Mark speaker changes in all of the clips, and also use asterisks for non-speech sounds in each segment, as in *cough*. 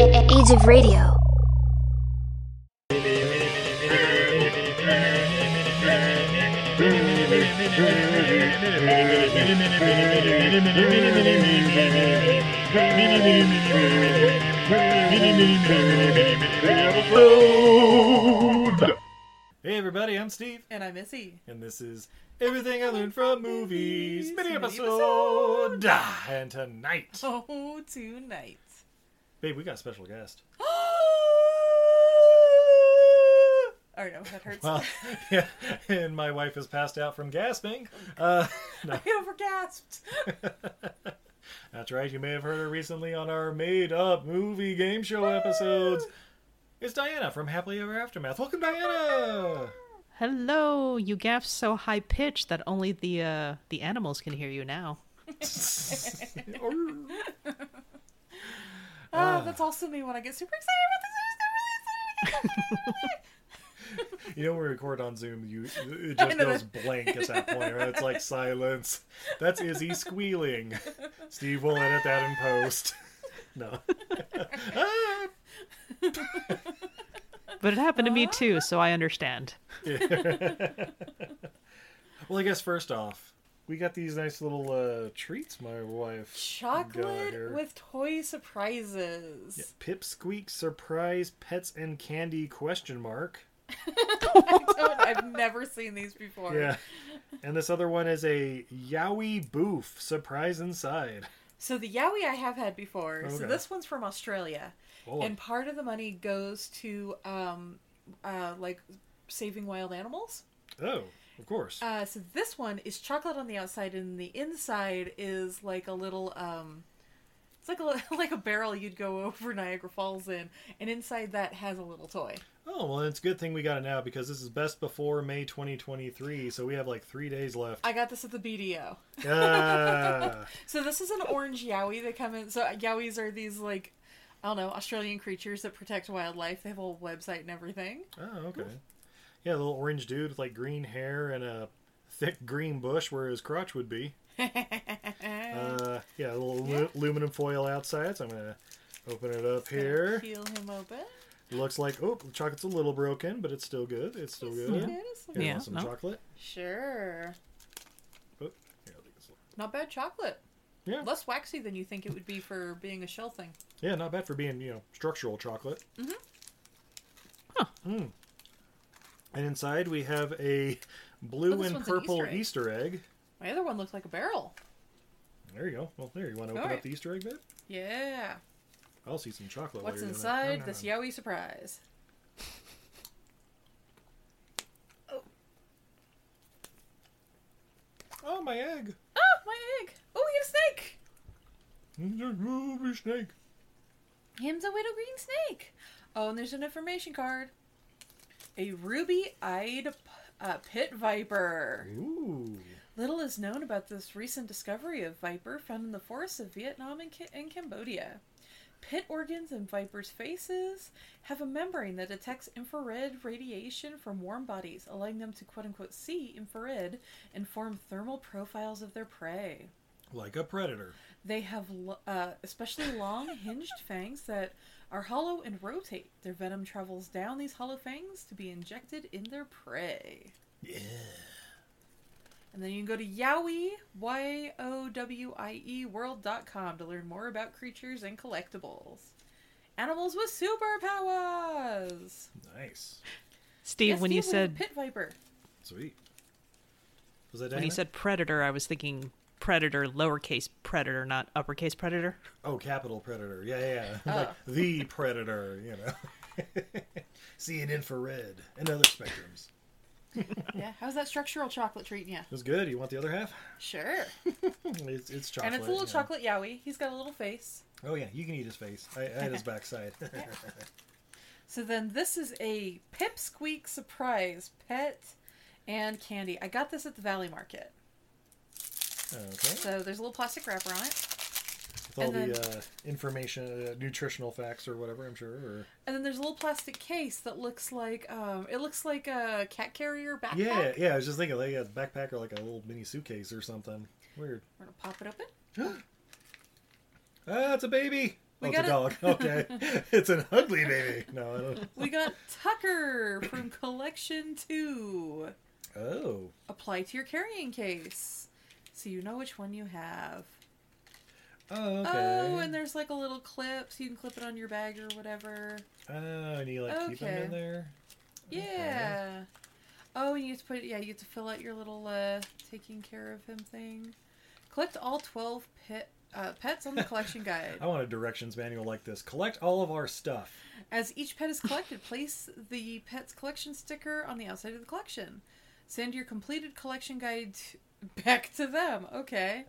Speaker 1: Alternative Radio.
Speaker 2: Hey everybody, I'm Steve,
Speaker 3: And E. I'm Missy.
Speaker 2: and this is Everything I Learned from Movies
Speaker 3: Movies,
Speaker 2: mini
Speaker 3: mini
Speaker 2: episode. Ah, And tonight,
Speaker 3: Oh, *gasps* tonight.
Speaker 2: babe, we got a special guest. *laughs*
Speaker 3: Or no, that hurts.
Speaker 2: Well, yeah, and my wife has passed out from gasping. Uh,
Speaker 3: *laughs* I overgasped.
Speaker 2: that's right, you may have heard her recently on our made-up movie game show episodes. It's Diana from Happily Ever Aftermath. Welcome, *laughs* Diana.
Speaker 4: Hello, you gasped so high pitched that only the uh, the animals can hear you now.
Speaker 3: Oh,
Speaker 2: Ah.
Speaker 3: that's also me when I get super excited about this.
Speaker 2: You know, when we record on Zoom, you
Speaker 3: *laughs*
Speaker 2: it just
Speaker 3: know
Speaker 2: goes
Speaker 3: that.
Speaker 2: blank at that point, right? It's like silence. That's Izzy squealing. Steve will edit that in post. *laughs* No. Ah!
Speaker 4: But it happened to me too, so I understand.
Speaker 2: well, I guess first off, we got these nice little uh, treats my wife *laughs*
Speaker 3: I'm just
Speaker 2: got
Speaker 3: Chocolate
Speaker 2: here.
Speaker 3: with toy surprises.
Speaker 2: Yeah, Pipsqueak surprise pets and candy question mark.
Speaker 3: *laughs* Don't- I've never seen these before.
Speaker 2: Yeah. And this other one is a Yowie Boof surprise inside.
Speaker 3: So the Yowie I have had before.
Speaker 2: Okay.
Speaker 3: So this one's from Australia.
Speaker 2: Oh.
Speaker 3: And part of the money goes to um uh like saving wild animals.
Speaker 2: Oh, of course.
Speaker 3: Uh, so this one is chocolate on the outside, and the inside is like a little um, it's like a *laughs* like a barrel you'd go over *laughs* Niagara Falls in, and inside that has a little toy.
Speaker 2: Oh well, it's a good thing we got it now because this is best before May 2023, so we have like three days left.
Speaker 3: I got this at the BDO.
Speaker 2: Ah.
Speaker 3: So this is an orange yowie. They come in. So yowies are these like I don't know Australian creatures that protect wildlife. They have a whole website and everything.
Speaker 2: *laughs* oh, okay. Yeah, the little orange dude with like green hair and a thick green bush where his crotch would be. Uh, yeah, a little alu- aluminum foil outside. So I'm gonna open it up here.
Speaker 3: Peel him open.
Speaker 2: Looks like oh, the chocolate's a little broken, but it's still good. It's still good.
Speaker 3: Okay,
Speaker 2: Here,
Speaker 3: that's
Speaker 2: you
Speaker 3: okay.
Speaker 4: Yeah.
Speaker 2: want some
Speaker 4: no.
Speaker 2: chocolate.
Speaker 3: Sure.
Speaker 2: Oh, here, I'll take this one.
Speaker 3: Not bad chocolate.
Speaker 2: Yeah.
Speaker 3: Less waxy than you think it would be for being a shell thing.
Speaker 2: Yeah, not bad for being, you know, structural chocolate. Mm-hmm.
Speaker 4: Huh.
Speaker 2: And inside we have a blue
Speaker 3: Oh, this
Speaker 2: and
Speaker 3: one's an
Speaker 2: purple
Speaker 3: Easter egg.
Speaker 2: Easter egg.
Speaker 3: My other one looks like a barrel.
Speaker 2: There you go. Well, there you want to open
Speaker 3: Alright.
Speaker 2: up the Easter egg bit?
Speaker 3: Yeah.
Speaker 2: I'll see some chocolate. while
Speaker 3: What's
Speaker 2: you're doing that.
Speaker 3: inside
Speaker 2: No, no,
Speaker 3: this
Speaker 2: no.
Speaker 3: yaoi surprise?
Speaker 2: Oh, my egg!
Speaker 3: Oh, my egg! Oh, we got a snake!
Speaker 2: It's a ruby snake.
Speaker 3: Him's a little green snake. Oh, and there's an information card. A ruby-eyed p- uh, pit viper.
Speaker 2: Ooh.
Speaker 3: Little is known about this recent discovery of viper found in the forests of Vietnam and, Ca- and Cambodia. Pit organs in vipers' faces have a membrane that detects infrared radiation from warm bodies, allowing them to quote unquote see infrared and form thermal profiles of their prey.
Speaker 2: Like a predator.
Speaker 3: They have lo- uh, especially long, hinged fangs that are hollow and rotate. Their venom travels down these hollow fangs to be injected in their prey.
Speaker 2: Yeah.
Speaker 3: And then you can go to Yowie, Y O W I E world.com to learn more about creatures and collectibles. Animals with superpowers!
Speaker 2: Nice.
Speaker 4: Steve,
Speaker 3: Yes,
Speaker 4: when you
Speaker 3: Steve, we have a
Speaker 4: said
Speaker 3: Pit Viper.
Speaker 2: Sweet. Was that
Speaker 4: when you
Speaker 2: Diana?
Speaker 4: said predator, I was thinking predator, lowercase predator, not uppercase predator.
Speaker 2: Oh, capital predator. Yeah, yeah.
Speaker 3: Oh.
Speaker 2: yeah. like the predator, you know. *laughs* Seeing infrared and other spectrums.
Speaker 3: Yeah, how's that structural chocolate treating you?
Speaker 2: It was good. You want the other half? Hmm,
Speaker 3: Sure.
Speaker 2: It's, it's chocolate.
Speaker 3: and it's a little
Speaker 2: yeah.
Speaker 3: chocolate Yowie. He's got a little face.
Speaker 2: Oh yeah, you can eat his face. I, I had his backside. *laughs*
Speaker 3: So then this is a Pipsqueak surprise pet and candy. I got this at the Valley Market.
Speaker 2: okay.
Speaker 3: So there's a little plastic wrapper on it.
Speaker 2: With all
Speaker 3: and
Speaker 2: the uh, information, uh, nutritional facts or whatever, I'm sure. Or...
Speaker 3: And then there's a little plastic case that looks like um it looks like a cat carrier backpack.
Speaker 2: Yeah, yeah. I was just thinking, like a backpack or like a little mini suitcase or something. Weird.
Speaker 3: We're gonna pop it open.
Speaker 2: ah, it's a baby.
Speaker 3: We
Speaker 2: oh,
Speaker 3: got
Speaker 2: it's a
Speaker 3: *laughs*
Speaker 2: dog. Okay, *laughs* it's an ugly baby. No, I don't. *laughs*
Speaker 3: We got Tucker from Collection 2.
Speaker 2: Oh,
Speaker 3: Apply to your carrying case so you know which one you have.
Speaker 2: oh, okay.
Speaker 3: Oh, and there's like a little clip so you can clip it on your bag or whatever.
Speaker 2: Oh, and you like keep them
Speaker 3: Okay.
Speaker 2: in there.
Speaker 3: Yeah. Oh, and you have to put yeah, you have to fill out your little uh, taking care of him thing. Collect all twelve pet uh, pets on the collection guide.
Speaker 2: I want a directions manual like this. Collect all of our stuff.
Speaker 3: As each pet is collected, place the pet's collection sticker on the outside of the collection. Send your completed collection guide *laughs* t- back to them. Okay.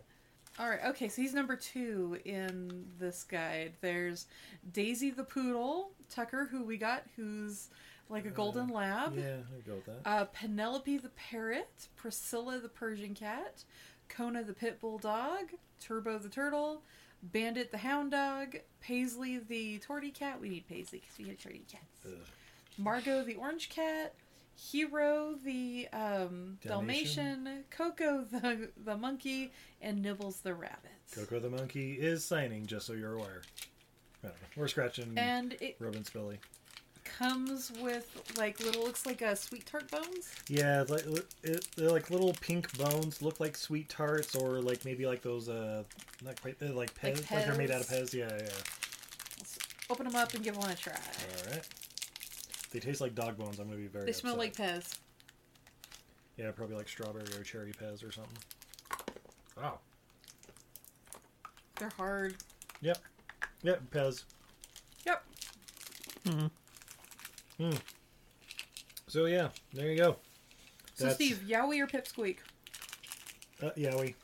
Speaker 3: All right. Okay, so he's number two in this guide. There's Daisy the poodle, Tucker, who we got, who's like a golden lab.
Speaker 2: Yeah, I'd go with that.
Speaker 3: Uh, Penelope the parrot, Priscilla the Persian cat, Kona the pit bull dog, Turbo the turtle, Bandit the hound dog, Paisley the tortie cat. We need Paisley because we had tortie cats.
Speaker 2: Ugh.
Speaker 3: Margot the orange cat, Hero the um,
Speaker 2: Dalmatian.
Speaker 3: Dalmatian. Coco the the monkey, and Nibbles the rabbit.
Speaker 2: Coco the monkey is signing, just so you're aware. I don't know. We're scratching
Speaker 3: And it
Speaker 2: Robin's belly.
Speaker 3: comes with like little looks like a sweet tart bones.
Speaker 2: Yeah, it's like it, they're like little pink bones, look like sweet tarts, or like maybe like those uh, not quite they're like pez,
Speaker 3: Like
Speaker 2: like, they're made out of
Speaker 3: Pez?
Speaker 2: pez. Yeah, yeah.
Speaker 3: Let's open them up and give one a try.
Speaker 2: All right. They taste like dog bones. I'm gonna be very.
Speaker 3: They smell like
Speaker 2: upset.
Speaker 3: Pez.
Speaker 2: Yeah, probably like strawberry or cherry pez or something. Wow.
Speaker 3: They're hard.
Speaker 2: Yep. Yep. Pez.
Speaker 3: Yep.
Speaker 4: Hmm.
Speaker 2: So yeah, there you go.
Speaker 3: So
Speaker 2: That's-
Speaker 3: Steve, Yowie or Pipsqueak?
Speaker 2: Uh, Yowie.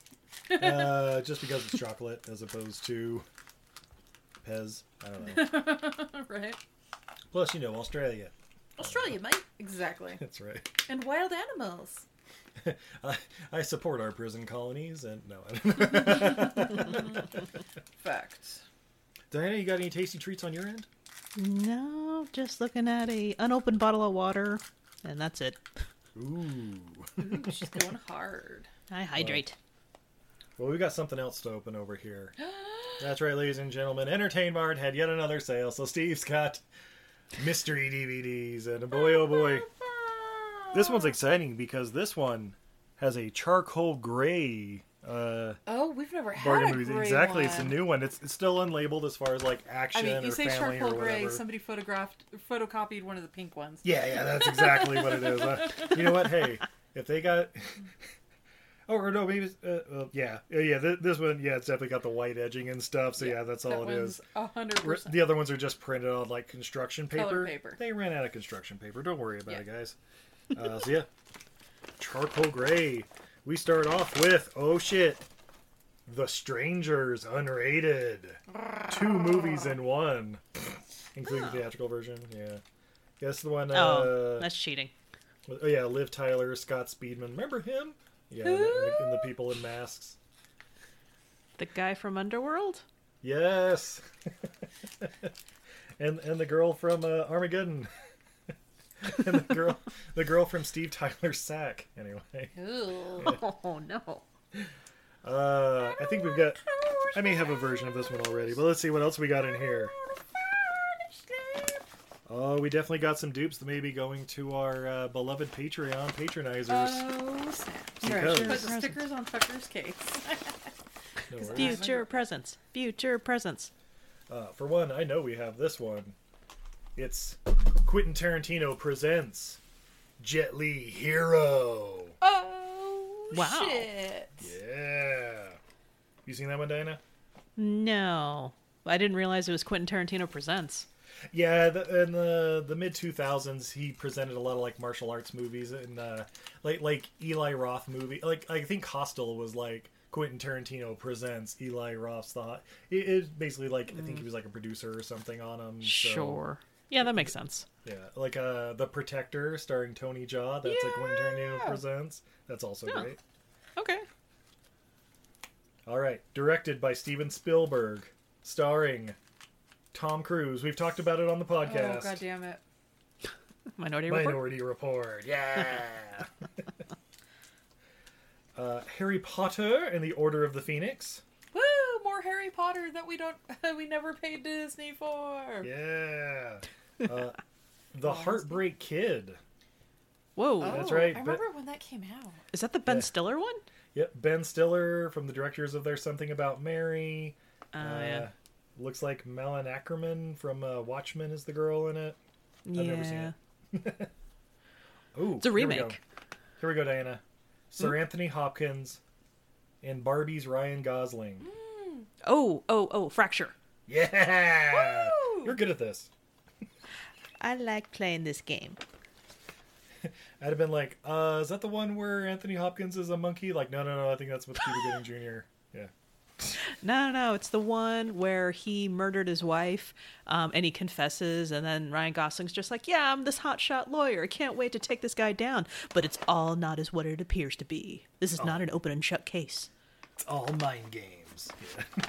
Speaker 2: uh, just because it's chocolate as opposed to Pez. I don't *laughs* know.
Speaker 3: *laughs* right.
Speaker 2: Plus, you know, Australia.
Speaker 3: Australia, mate.
Speaker 2: *laughs*
Speaker 3: Exactly.
Speaker 2: That's right.
Speaker 3: And wild animals.
Speaker 2: I, I support our prison colonies, and no. I don't know.
Speaker 3: Fact.
Speaker 2: *laughs* Diana, you got any tasty treats on your end?
Speaker 4: No, just looking at a unopened bottle of water, and that's it.
Speaker 2: Ooh.
Speaker 3: Ooh, she's going hard.
Speaker 4: I hydrate.
Speaker 2: Well, we got something else to open over *gasps* here. That's right, ladies and gentlemen. Entertain Mart had yet another sale, so Steve's got mystery DVDs, and boy, oh boy. This one's exciting because this one has a charcoal gray uh,
Speaker 3: Oh, we've never had
Speaker 2: bargain
Speaker 3: a
Speaker 2: movie.
Speaker 3: gray
Speaker 2: Exactly, it's a
Speaker 3: one.
Speaker 2: new one. It's, it's still unlabeled as far as like
Speaker 3: I
Speaker 2: action
Speaker 3: mean, you
Speaker 2: or
Speaker 3: say
Speaker 2: family
Speaker 3: charcoal
Speaker 2: or whatever.
Speaker 3: gray. Somebody photographed, photocopied one of the pink ones.
Speaker 2: Yeah, yeah, that's exactly what it is. Uh, you know what? Hey, if they got, *laughs* oh, or no, maybe, it's, uh, uh, yeah, yeah, yeah. This, this one, yeah, it's definitely got the white edging and stuff. So yeah, that's all
Speaker 3: that
Speaker 2: it
Speaker 3: one's
Speaker 2: is.
Speaker 3: a hundred
Speaker 2: Re-
Speaker 3: percent.
Speaker 2: The other ones are just printed on like construction paper.
Speaker 3: Colored paper.
Speaker 2: They ran out of construction paper. Don't worry about
Speaker 3: Yeah.
Speaker 2: it, guys. Uh, so yeah, charcoal gray. We start off with oh shit, The Strangers unrated. Two movies in one, including the theatrical version. Yeah, yes, the one.
Speaker 4: oh,
Speaker 2: uh,
Speaker 4: that's cheating.
Speaker 2: with- Oh yeah, Liv Tyler, Scott Speedman. Remember him? Yeah, and the, and the people in masks.
Speaker 4: The guy from Underworld?
Speaker 2: Yes. *laughs* and and the girl from uh, Armageddon. *laughs* and the girl, the girl from Steve Tyler's sack. Anyway, *laughs*
Speaker 3: Ooh.
Speaker 4: Oh, no.
Speaker 2: uh, I think we've got. I may have a version of this one already, but let's see what else we got in here. Oh, we definitely got some dupes that may be going to our uh, beloved Patreon patronizers.
Speaker 3: Oh snap!
Speaker 2: Because-
Speaker 3: Put the stickers on Tucker's case.
Speaker 2: No worries.
Speaker 4: Future presence. Future presence.
Speaker 2: Uh, for one, I know we have this one. It's Quentin Tarantino presents Jet Li Hero.
Speaker 3: Oh
Speaker 4: Wow.
Speaker 3: shit!
Speaker 2: Yeah. You seen that one, Diana?
Speaker 4: No. I didn't realize it was Quentin Tarantino Presents.
Speaker 2: Yeah, the, in the the mid two thousands, he presented a lot of like martial arts movies and uh, like like Eli Roth movie. Like I think Hostel was like Quentin Tarantino presents Eli Roth's The Hot. It, it's basically like I think he was like a producer or something on him. so-
Speaker 4: Mm. Sure. Yeah, that makes sense.
Speaker 2: Yeah, like uh, the Protector starring Tony Jaw. That's like when Tarantino
Speaker 4: Yeah.
Speaker 2: presents. That's also
Speaker 4: Yeah.
Speaker 2: great.
Speaker 4: Okay.
Speaker 2: All right, directed by Steven Spielberg, starring Tom Cruise. We've talked about it on the podcast.
Speaker 3: Oh god damn it!
Speaker 4: Minority Report.
Speaker 2: Minority Report. Yeah.
Speaker 4: *laughs*
Speaker 2: uh, Harry Potter and the Order of the Phoenix.
Speaker 3: Woo! More more Harry Potter that we don't *laughs* we never paid Disney for.
Speaker 2: Yeah. Uh,
Speaker 4: *laughs*
Speaker 2: the Heartbreak Kid.
Speaker 4: Whoa.
Speaker 3: Oh,
Speaker 2: That's right,
Speaker 3: I
Speaker 2: but-
Speaker 3: remember when that came out.
Speaker 4: Is that the Ben
Speaker 2: Yeah.
Speaker 4: Stiller one?
Speaker 2: Yep, Ben Stiller from the directors of There's Something About Mary. Uh,
Speaker 4: Oh, yeah.
Speaker 2: Looks like Melon Ackerman from uh, Watchmen is the girl in it. I've never seen
Speaker 4: Yeah.
Speaker 2: it. *laughs* Ooh,
Speaker 4: It's a
Speaker 2: here we go.
Speaker 4: remake.
Speaker 2: Here we go, Diana. Sir Anthony Hopkins and Barbie's Ryan Gosling.
Speaker 4: Oh, oh, oh, Fracture.
Speaker 2: Yeah,
Speaker 3: Woo!
Speaker 2: you're good at this.
Speaker 4: I like playing this game.
Speaker 2: I'd have been like, uh, is that the one where Anthony Hopkins is a monkey? Like, no, no, no. I think that's with Cuba Gooding Jr. Yeah.
Speaker 4: No, no, no. It's the one where he murdered his wife um, and he confesses, and then Ryan Gosling's just like, Yeah, I'm this hotshot lawyer. I can't wait to take this guy down. But it's all not as what it appears to be. This is
Speaker 2: Oh.
Speaker 4: not an open and shut case.
Speaker 2: It's all mind games.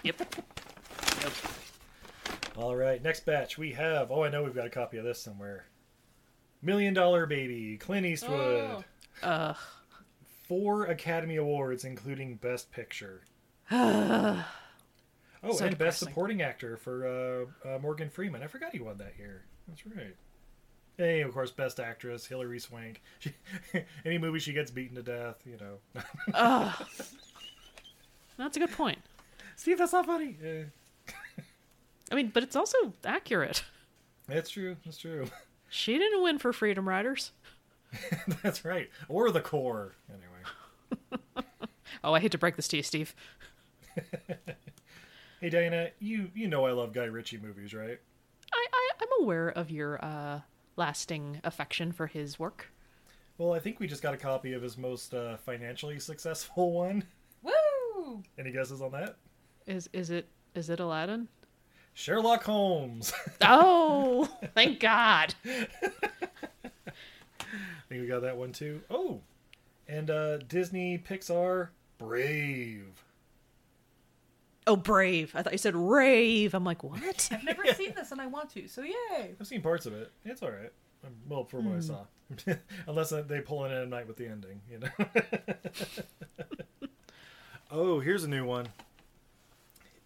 Speaker 2: Yeah.
Speaker 4: Yep.
Speaker 2: All right, next batch we have. Oh, I know we've got a copy of this somewhere. Million Dollar Baby, Clint Eastwood.
Speaker 3: Oh.
Speaker 4: Ugh.
Speaker 2: Four Academy Awards, including Best Picture. oh,
Speaker 4: So
Speaker 2: and Best
Speaker 4: depressing.
Speaker 2: Supporting Actor for uh, uh, Morgan Freeman. I forgot he won that year. That's right. Hey, of course, Best Actress, Hilary Swank. *laughs* She, any movie she gets beaten to death, you know. *laughs*
Speaker 4: Ugh. That's a good point.
Speaker 2: Steve, that's not funny. Eh,
Speaker 4: I mean, but it's also accurate. *laughs*
Speaker 2: that's true. That's true. *laughs*
Speaker 4: She didn't win for Freedom Riders.
Speaker 2: that's right. Or the core. Anyway.
Speaker 4: Oh, I hate to break this to you, Steve.
Speaker 2: Hey Diana, you you know I love Guy Ritchie movies, right?
Speaker 4: I, I, I'm aware of your uh, lasting affection for his work.
Speaker 2: Well, I think we just got a copy of his most uh, financially successful *laughs* one.
Speaker 3: Woo!
Speaker 2: Any guesses on that?
Speaker 4: Is is it is it Aladdin?
Speaker 2: Sherlock Holmes. *laughs* I
Speaker 4: *laughs* Oh, thank *laughs* God.
Speaker 2: think we got that one too. Oh, and uh, Disney Pixar Brave.
Speaker 4: Oh, brave. I thought you said rave. I'm like, what?
Speaker 3: I've never seen this and I want to, so yay!
Speaker 2: I've seen parts of it. It's all right. Um, Well, from what I saw, *laughs* unless uh, they pull in at night with the ending, you know. *laughs* oh, here's a new one.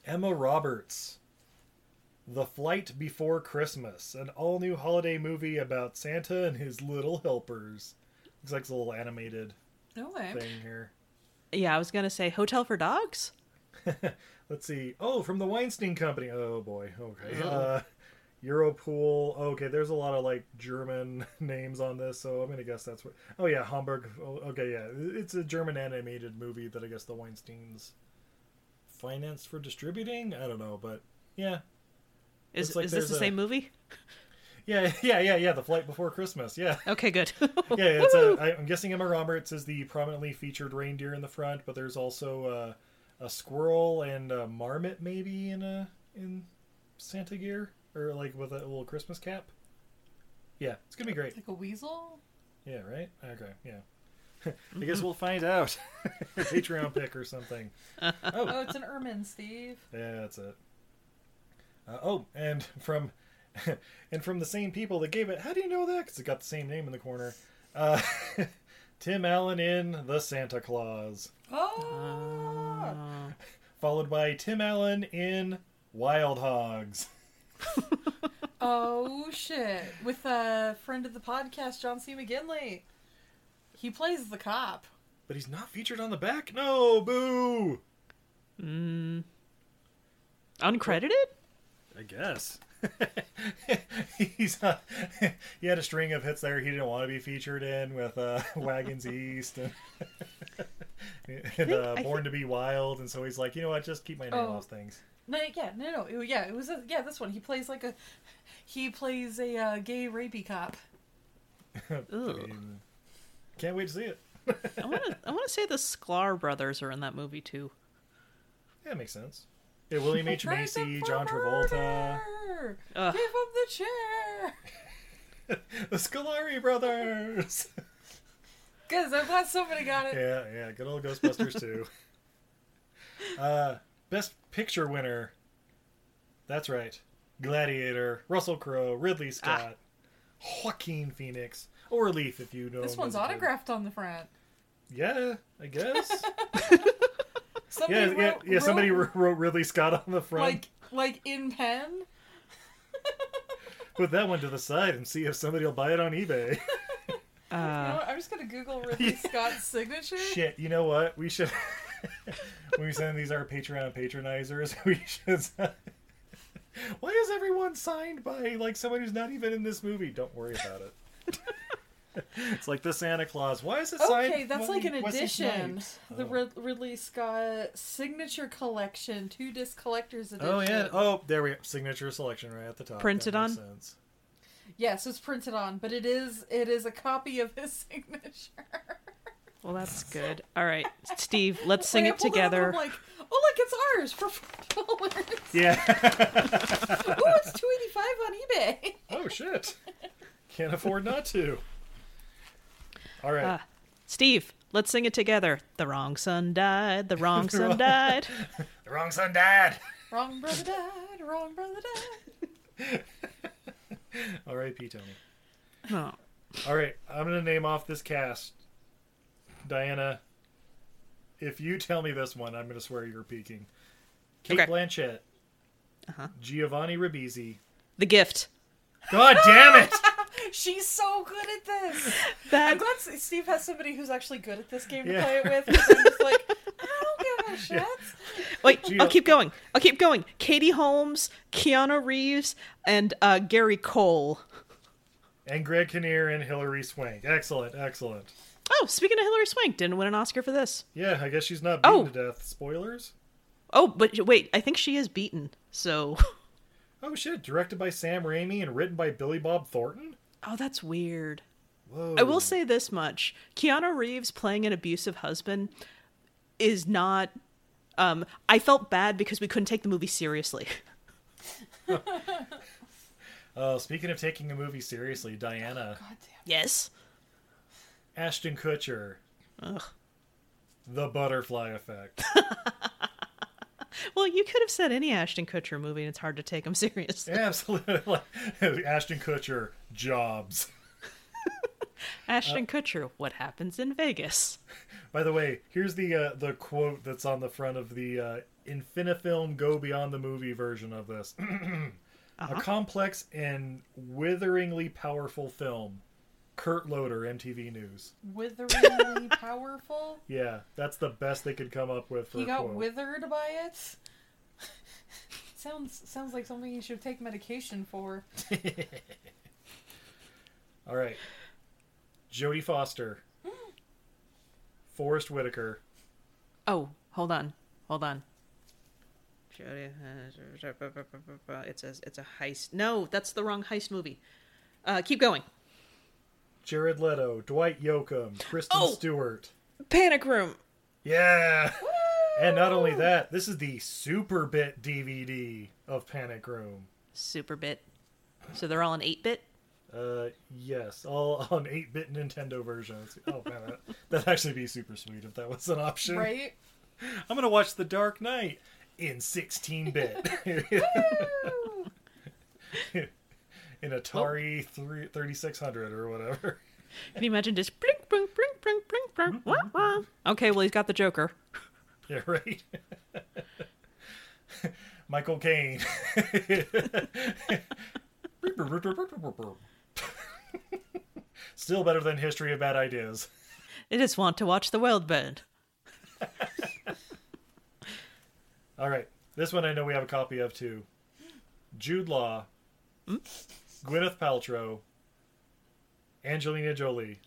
Speaker 2: Emma Roberts, The Flight Before Christmas, an all-new holiday movie about Santa and his little helpers. Looks like it's a little animated
Speaker 3: No way.
Speaker 2: thing here.
Speaker 4: yeah, I was gonna say hotel for dogs.
Speaker 2: Let's see. Oh, from the Weinstein Company. Oh boy. Okay. Uh, Europool. Okay, there's a lot of like German *laughs* names on this, so I'm gonna guess that's what. Oh yeah, Hamburg. Oh, okay, yeah, it's a German animated movie that I guess the Weinstein's financed for distributing. I don't know, but yeah,
Speaker 4: Is
Speaker 2: Looks like
Speaker 4: is this
Speaker 2: there's
Speaker 4: the
Speaker 2: a-
Speaker 4: same movie?
Speaker 2: yeah, *laughs* yeah, yeah, yeah. The Flight Before Christmas. Yeah.
Speaker 4: Okay, good. *laughs*
Speaker 2: yeah, it's a, I, I'm guessing Emma Roberts is the prominently featured reindeer in the front, but there's also a, a squirrel and a marmot maybe in a in Santa gear or like with a little Christmas cap. Yeah, it's gonna be great.
Speaker 3: Like a weasel?
Speaker 2: Yeah, right. Okay, yeah. *laughs* I guess we'll find out. *laughs* Patreon pick or something.
Speaker 3: Oh, it's an ermine, Steve.
Speaker 2: Yeah, that's it. Uh, oh, and *laughs* from and from the same people that gave it. How do you know that? Because it got the same name in the corner. Uh, *laughs* Tim Allen in the Santa Claus,
Speaker 3: Oh!
Speaker 4: Uh,
Speaker 2: followed by Tim Allen in Wild Hogs. *laughs*
Speaker 3: Oh shit! With a friend of the podcast, John C. McGinley. He plays the cop.
Speaker 2: But he's not featured on the back. No, boo.
Speaker 4: uncredited?
Speaker 2: I guess. *laughs* he's not, *laughs* he had a string of hits there he didn't want to be featured in with uh, *laughs* Wagons East and, *laughs* and uh,
Speaker 4: I
Speaker 2: Born to Be Wild, and so he's like, you know what, just keep my name
Speaker 3: Oh.
Speaker 2: off things.
Speaker 3: No, yeah, no, no, it- yeah, it was a, yeah this one. He plays like a he plays a uh, gay rapey cop.
Speaker 4: Ugh.
Speaker 2: Can't wait to see it.
Speaker 4: I want to. I want to say the Sklar brothers are in that movie too.
Speaker 2: Yeah, it makes sense. Yeah, William H
Speaker 3: Tries him
Speaker 2: Macy,
Speaker 3: for
Speaker 2: John Travolta,
Speaker 3: murder!
Speaker 4: Ugh.
Speaker 3: Give him the chair.
Speaker 2: the Scolari brothers. *laughs*
Speaker 3: Cause I'm glad somebody got it.
Speaker 2: yeah, yeah, good old Ghostbusters too.
Speaker 3: *laughs*
Speaker 2: Uh, best picture winner. That's right, Gladiator, Russell Crowe,
Speaker 3: Ah.
Speaker 2: Ridley Scott, Joaquin Phoenix, or Leaf if you know.
Speaker 3: This
Speaker 2: him
Speaker 3: one's
Speaker 2: as a kid.
Speaker 3: *laughs* autographed on the front.
Speaker 2: Yeah, I guess.
Speaker 3: Somebody
Speaker 2: Yeah, yeah,
Speaker 3: wrote-
Speaker 2: yeah. Somebody
Speaker 3: wrote,
Speaker 2: wrote Ridley Scott on the front.
Speaker 3: like like in
Speaker 2: Uh-huh.
Speaker 3: pen.
Speaker 2: Put that one to the side and see if somebody will buy it on eBay.
Speaker 3: you know
Speaker 4: Uh,
Speaker 3: what? I'm just
Speaker 2: *laughs*
Speaker 3: gonna Google Ridley
Speaker 2: Yeah.
Speaker 3: Scott's signature.
Speaker 2: Shit, you know what? We should. *laughs* when we send these our Patreon patronizers, *laughs* we should. Why is everyone signed by like somebody who's not even in this movie? Don't worry about it. *laughs* it's like the Santa Claus. Why is it signed?
Speaker 3: Okay, that's
Speaker 2: by
Speaker 3: like an
Speaker 2: Wesley
Speaker 3: edition.
Speaker 2: Snipes?
Speaker 3: The
Speaker 2: Oh.
Speaker 3: Rid- Ridley Scott signature collection, two disc collectors edition.
Speaker 2: Oh yeah. Oh, there we go. Signature selection right at the top.
Speaker 4: Printed
Speaker 2: That
Speaker 4: on?
Speaker 2: makes sense.
Speaker 3: Yes, it's printed on, but it is it is a copy of his *laughs* signature.
Speaker 4: well, that's good. All right, Steve, let's
Speaker 3: Like,
Speaker 4: sing
Speaker 3: I
Speaker 4: it
Speaker 3: pulled out and I'm
Speaker 4: together.
Speaker 3: like, oh look, it's ours for four dollars. *laughs*
Speaker 2: Yeah. *laughs*
Speaker 3: oh, it's two eighty five on eBay. *laughs*
Speaker 2: oh shit. Can't afford not to. All right.
Speaker 4: Uh, Steve, let's sing it together. The wrong son died. The wrong
Speaker 2: The *laughs*
Speaker 4: son
Speaker 2: wrong-
Speaker 4: died.
Speaker 2: the wrong son *laughs* died.
Speaker 3: wrong brother died. Wrong brother died. *laughs*
Speaker 2: R.I.P. Tony.
Speaker 4: Oh.
Speaker 2: All right, I'm gonna name off this cast. Diana, if you tell me this one, I'm gonna swear you're peeking. Kate
Speaker 4: Okay.
Speaker 2: Blanchett,
Speaker 4: Uh-huh.
Speaker 2: Giovanni Ribisi.
Speaker 4: The gift.
Speaker 2: God damn it! *laughs*
Speaker 3: She's so good at this. I'm
Speaker 4: That
Speaker 3: glad S- Steve has somebody who's actually good at this game to
Speaker 2: Yeah.
Speaker 3: play it with. 'cause I'm just like, I don't give a shit.
Speaker 4: wait,
Speaker 2: Gio-
Speaker 4: I'll keep going. I'll keep going. Katie Holmes, Keanu Reeves, and uh, Gary Cole.
Speaker 2: and Greg Kinnear and Hilary Swank. Excellent, excellent.
Speaker 4: Oh, speaking of Hillary Swank, didn't win an Oscar for this.
Speaker 2: Yeah, I guess she's not beaten
Speaker 4: Oh.
Speaker 2: to death. Spoilers.
Speaker 4: Oh, but wait, I think she is beaten. So, *laughs*
Speaker 2: Oh shit! Directed by Sam Raimi and written by Billy Bob Thornton.
Speaker 4: oh, that's weird.
Speaker 2: Whoa!
Speaker 4: I will say this much: Keanu Reeves playing an abusive husband is not. Um, I felt bad because we couldn't take the movie seriously. *laughs*
Speaker 2: Uh, speaking of taking a movie seriously, Diana,
Speaker 3: God damn.
Speaker 4: Yes.
Speaker 2: Ashton Kutcher,
Speaker 4: Ugh.
Speaker 2: The Butterfly Effect.
Speaker 4: Well, you could have said any Ashton Kutcher movie, and it's hard to take *laughs* him seriously.
Speaker 2: Yeah, Absolutely. *laughs* Ashton Kutcher, Jobs.
Speaker 4: Ashton Kutcher, what happens in Vegas?
Speaker 2: By the way, here's the uh, the quote that's on the front of the uh, Infinifilm Go Beyond the Movie version of this. *clears throat* A complex and witheringly powerful film. Kurt Loder, MTV News.
Speaker 3: Witheringly powerful.
Speaker 2: Yeah, that's the best they could come up with for
Speaker 3: He
Speaker 2: a
Speaker 3: got
Speaker 2: quote.
Speaker 3: withered by it. *laughs* sounds sounds like something you should take medication for.
Speaker 2: All right. Jodie Foster. Forrest Whitaker.
Speaker 4: Oh, hold on, hold on. Jodie- It's a it's a heist. No, that's the wrong heist movie. Uh, keep going.
Speaker 2: Jared Leto, Dwight Yoakam, Kristen
Speaker 4: Oh!
Speaker 2: Stewart.
Speaker 4: Panic Room.
Speaker 2: Yeah. And not only that, this is the Super Bit DVD of Panic Room.
Speaker 4: Super bit. So they're all in eight bit.
Speaker 2: Uh, yes, all on 8-bit Nintendo versions. Oh man, that, that'd actually be super sweet if that was an option.
Speaker 3: Right?
Speaker 2: I'm gonna watch The Dark Knight in 16-bit
Speaker 3: Woo!
Speaker 2: *laughs* in Atari 3, 3600 or whatever.
Speaker 4: Can you imagine just blink, blink, blink, blink, blink, blink, wah, wah. Okay, well he's got the Joker.
Speaker 2: *laughs* Yeah, right. Michael Caine. *laughs* Still better than History of Bad Ideas.
Speaker 4: I just want to watch the world burn.
Speaker 2: All right. This one I know we have a copy of too. Jude Law, Gwyneth Paltrow, Angelina Jolie,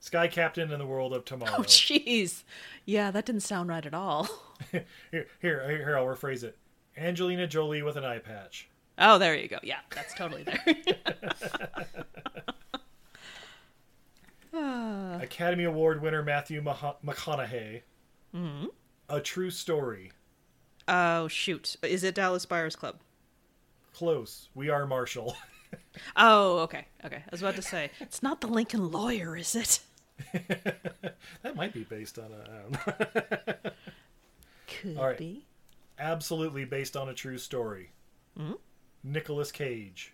Speaker 2: Sky Captain in the World of Tomorrow.
Speaker 4: Oh, jeez. Yeah, that didn't sound right at all.
Speaker 2: here, here, here, I'll rephrase it. Angelina Jolie with an eye patch.
Speaker 4: *laughs* Oh, there you go. Yeah, that's totally there. Ah,
Speaker 2: Academy Award winner Matthew Maha- McConaughey.
Speaker 4: Mm-hmm.
Speaker 2: A True Story.
Speaker 4: *laughs* oh, shoot. Is it Dallas Buyers Club?
Speaker 2: Close. We are Marshall. *laughs*
Speaker 4: Oh, okay. Okay. I was about to say, it's not the Lincoln lawyer, is it?
Speaker 2: that might be based on a. um, I don't know.
Speaker 4: Could
Speaker 2: All right.
Speaker 4: be.
Speaker 2: *laughs* Absolutely based on a true story.
Speaker 4: Mm-hmm.
Speaker 2: Nicholas Cage.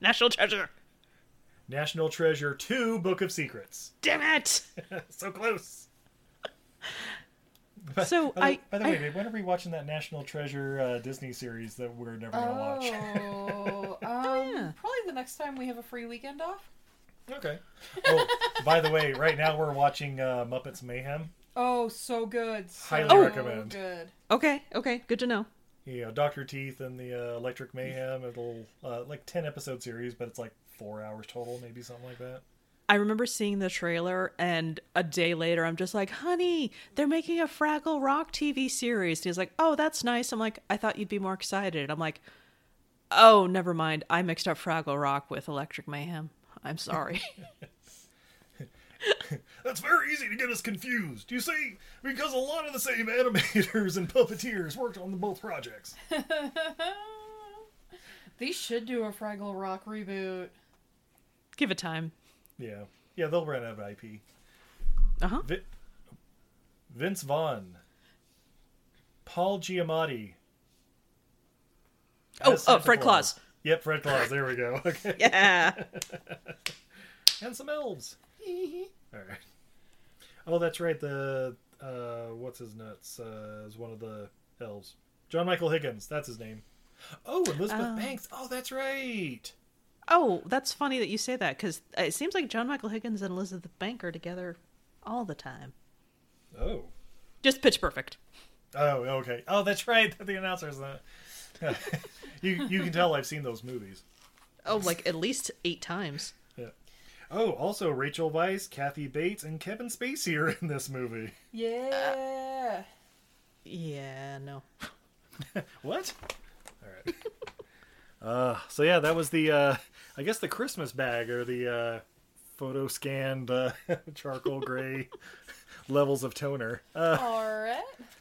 Speaker 4: National Treasure.
Speaker 2: National Treasure 2 Book of Secrets. *laughs*
Speaker 4: Damn it.
Speaker 2: so close.
Speaker 4: *laughs* So
Speaker 2: By the,
Speaker 4: I-
Speaker 2: by the
Speaker 4: I-
Speaker 2: way, babe, when are we watching that National Treasure uh, Disney series that we're never gonna watch?
Speaker 3: Oh, um,
Speaker 4: yeah.
Speaker 3: probably the next time we have a free weekend off.
Speaker 2: *laughs* Okay. Oh, by the way, right now we're watching uh, Muppets Mayhem.
Speaker 3: Oh, so good. So
Speaker 2: Highly recommend.
Speaker 3: Good.
Speaker 4: Okay, okay, good to know.
Speaker 2: You know, uh, Doctor Teeth and the uh, Electric Mayhem. It'll uh, like ten episode series, but it's like four hours total, maybe something like that.
Speaker 4: I remember seeing the trailer, and a day later, I'm just like, honey, they're making a Fraggle Rock TV series. And he's like, oh, that's nice. I'm like, I thought you'd be more excited. And I'm like, oh, never mind. I mixed up Fraggle Rock with Electric Mayhem. I'm *laughs* sorry.
Speaker 2: That's very easy to get us confused. You see, because a lot of the same *laughs* animators and puppeteers worked on the both projects.
Speaker 3: *laughs*
Speaker 4: *laughs*
Speaker 3: they should do a Fraggle Rock reboot.
Speaker 4: Give it time.
Speaker 2: Yeah, yeah, they'll run out of IP.
Speaker 4: Uh huh.
Speaker 2: Vi- Vince Vaughn, Paul Giamatti.
Speaker 4: Oh,
Speaker 2: as
Speaker 4: oh,
Speaker 2: Santa
Speaker 4: Fred Claus.
Speaker 2: Yep, Fred Claus. There we go. *laughs* Okay,
Speaker 4: *laughs* Yeah.
Speaker 2: and some elves. All right. Oh, that's right. The uh, what's his nuts uh, is one of the elves. John Michael Higgins. That's his name. Oh, Elizabeth
Speaker 4: Oh.
Speaker 2: Banks. Oh, that's right.
Speaker 4: oh, that's funny that you say that because it seems like John Michael Higgins and Elizabeth Bank are together all the time.
Speaker 2: Oh.
Speaker 4: Just pitch perfect.
Speaker 2: Oh, okay. Oh, that's right. *laughs* The announcer's not. you you can tell I've seen those movies.
Speaker 4: Oh, like at least eight times.
Speaker 2: Yeah. Oh, also Rachel Weisz, Kathy Bates, and Kevin Spacey are in this movie.
Speaker 3: Yeah.
Speaker 4: Yeah, no.
Speaker 2: What? All right. *laughs* uh, so yeah, that was the uh, I guess the Christmas bag or the uh, photo scanned uh, *laughs* charcoal *laughs* gray levels of toner. Uh,
Speaker 3: All right.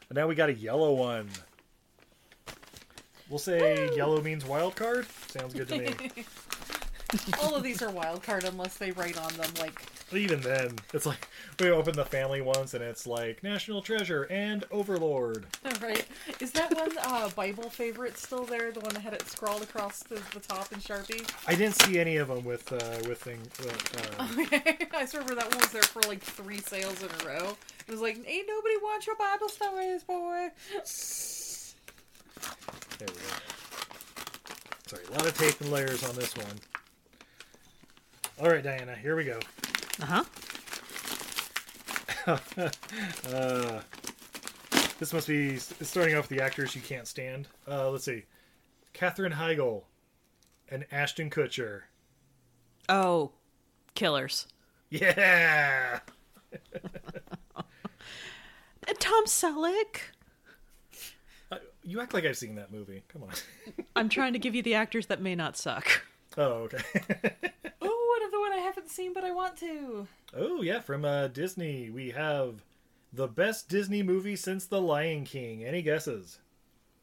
Speaker 2: and now we got a yellow one. We'll say yellow means wild card. Sounds good to me. *laughs*
Speaker 3: All of these are wild card unless they write on them like *laughs*
Speaker 2: But even then, it's like we opened the family once, and it's like National Treasure and Overlord.
Speaker 3: right. Is that one uh, Bible favorite still there? The one that had it scrawled across the, the top in Sharpie? *laughs*
Speaker 2: I didn't see any of them with uh, with thing. Uh, uh,
Speaker 3: I just remember that one was there for like three sales in a row. It was like, ain't nobody want your Bible stories, boy.
Speaker 2: there we go. Sorry, a lot of tape and layers on this one. All right, Diana, here we go.
Speaker 4: Uh huh.
Speaker 2: Uh, this must be s- starting off with the actors you can't stand. Uh, let's see, Katherine Heigl and Ashton Kutcher.
Speaker 4: Oh, killers.
Speaker 2: Yeah.
Speaker 4: And Tom Selleck.
Speaker 2: Uh, You act like I've seen that movie. Come on. *laughs*
Speaker 4: I'm trying to give you the actors that may not suck.
Speaker 2: Oh, okay. *laughs*
Speaker 3: Oh, another one I haven't seen, but I want to.
Speaker 2: Oh yeah, from uh, Disney we have the best Disney movie since The Lion King. Any guesses?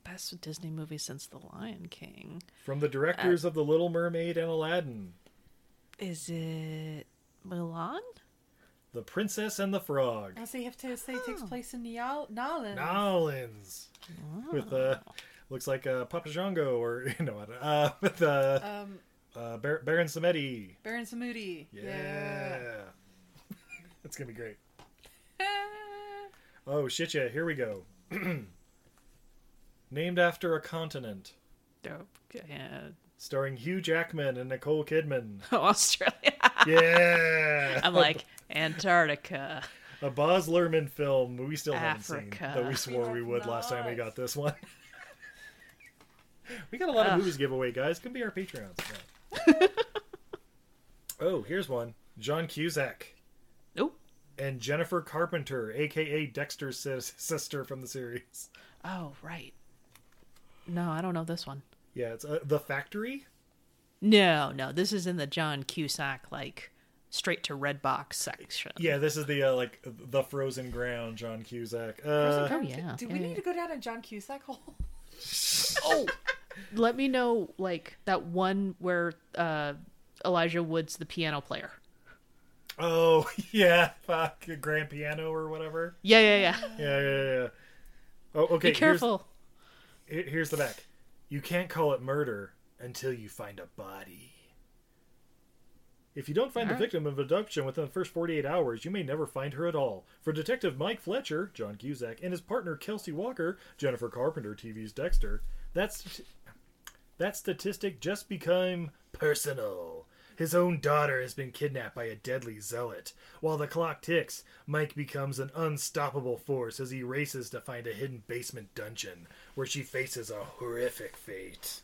Speaker 4: Best Disney movie since The Lion King.
Speaker 2: From the directors of The Little Mermaid and Aladdin,
Speaker 4: Is it Mulan?
Speaker 2: The Princess and the Frog,
Speaker 3: Unless they have to say it
Speaker 4: Oh.
Speaker 3: takes place in Nyal- Nalan.
Speaker 2: Nolans, with uh, looks like uh, Papa Django or *laughs* you know what, uh, with uh,
Speaker 3: Um,
Speaker 2: uh, Bar- Baron Samedi.
Speaker 3: Baron Samudi.
Speaker 2: Yeah, it's gonna be great. Oh shit, yeah, here we go. *clears throat* Named after a continent,
Speaker 4: Okay.
Speaker 2: starring Hugh Jackman and Nicole Kidman.
Speaker 4: Oh, *laughs* Australia.
Speaker 2: Yeah.
Speaker 4: I'm like, Antarctica.
Speaker 2: A Boz Lerman film we still haven't
Speaker 4: Africa.
Speaker 2: seen, though we swore we
Speaker 3: have
Speaker 2: would last time we
Speaker 3: not.
Speaker 2: got this one. *laughs* we got a lot of
Speaker 4: Ugh.
Speaker 2: movies giveaway, guys. Can be our Patreons. No. oh, here's one: John Cusack
Speaker 4: Nope.
Speaker 2: and Jennifer Carpenter, aka Dexter's sis- sister from the series.
Speaker 4: Oh, right. No, I don't know this one.
Speaker 2: Yeah, it's uh, The Factory.
Speaker 4: No, no. This is in the John Cusack, like, straight to red box section.
Speaker 2: Yeah, this is the uh, like the Frozen Ground, John Cusack. Uh,
Speaker 4: Oh, yeah.
Speaker 3: Do
Speaker 4: Yeah,
Speaker 3: we
Speaker 4: yeah.
Speaker 3: need to go down a John Cusack hole?
Speaker 4: Oh, let me know like that one where uh, Elijah Wood's the piano player.
Speaker 2: oh *laughs* yeah, fuck, Grand Piano or whatever.
Speaker 4: Yeah, yeah, *laughs* yeah.
Speaker 2: Yeah, yeah, yeah. Oh, okay.
Speaker 4: Be
Speaker 2: here's-
Speaker 4: careful.
Speaker 2: Here- Here's the back. You can't call it murder until you find a body. If you don't find the
Speaker 4: Alright.
Speaker 2: victim of abduction within the first 48 hours, you may never find her at all. For Detective Mike Fletcher, John Cusack, and his partner Kelsey Walker, Jennifer Carpenter TV's Dexter, that's that statistic just became personal. His own daughter has been kidnapped by a deadly zealot. While the clock ticks, Mike becomes an unstoppable force as he races to find a hidden basement dungeon where she faces a horrific fate.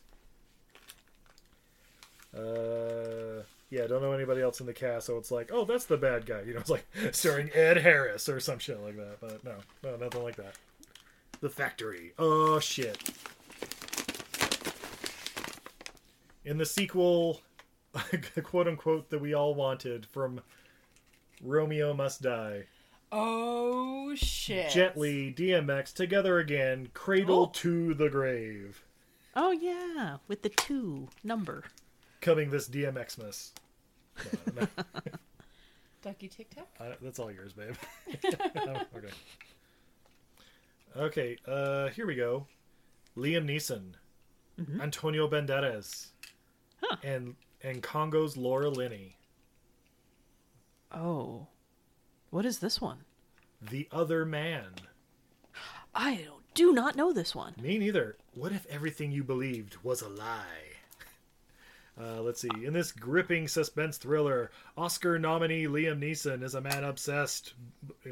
Speaker 2: Uh, yeah, don't know anybody else in the cast, so it's like, oh, that's the bad guy. You know, *laughs* it's like starring Ed Harris or some shit like that. But no, no, nothing like that. The Factory. Oh shit. In the sequel, *laughs* quote unquote, that we all wanted from Romeo Must Die.
Speaker 1: Oh shit.
Speaker 2: Gently, DMX, together again, cradle
Speaker 1: Oh.
Speaker 2: to the grave.
Speaker 4: Oh yeah, with the two number.
Speaker 2: Coming this DMXmas. No, no,
Speaker 1: Ducky Tic Tac.
Speaker 2: I, that's all yours, babe. *laughs* okay. Okay, uh, here we go. Liam Neeson, Antonio Banderas,
Speaker 4: Huh.
Speaker 2: and and Congo's Laura Linney.
Speaker 4: Oh, what is this one?
Speaker 2: The Other Man.
Speaker 4: I don't, do not know this one.
Speaker 2: Me neither. What if everything you believed was a lie? Uh, let's see. In this gripping suspense thriller, Oscar nominee Liam Neeson is a man obsessed,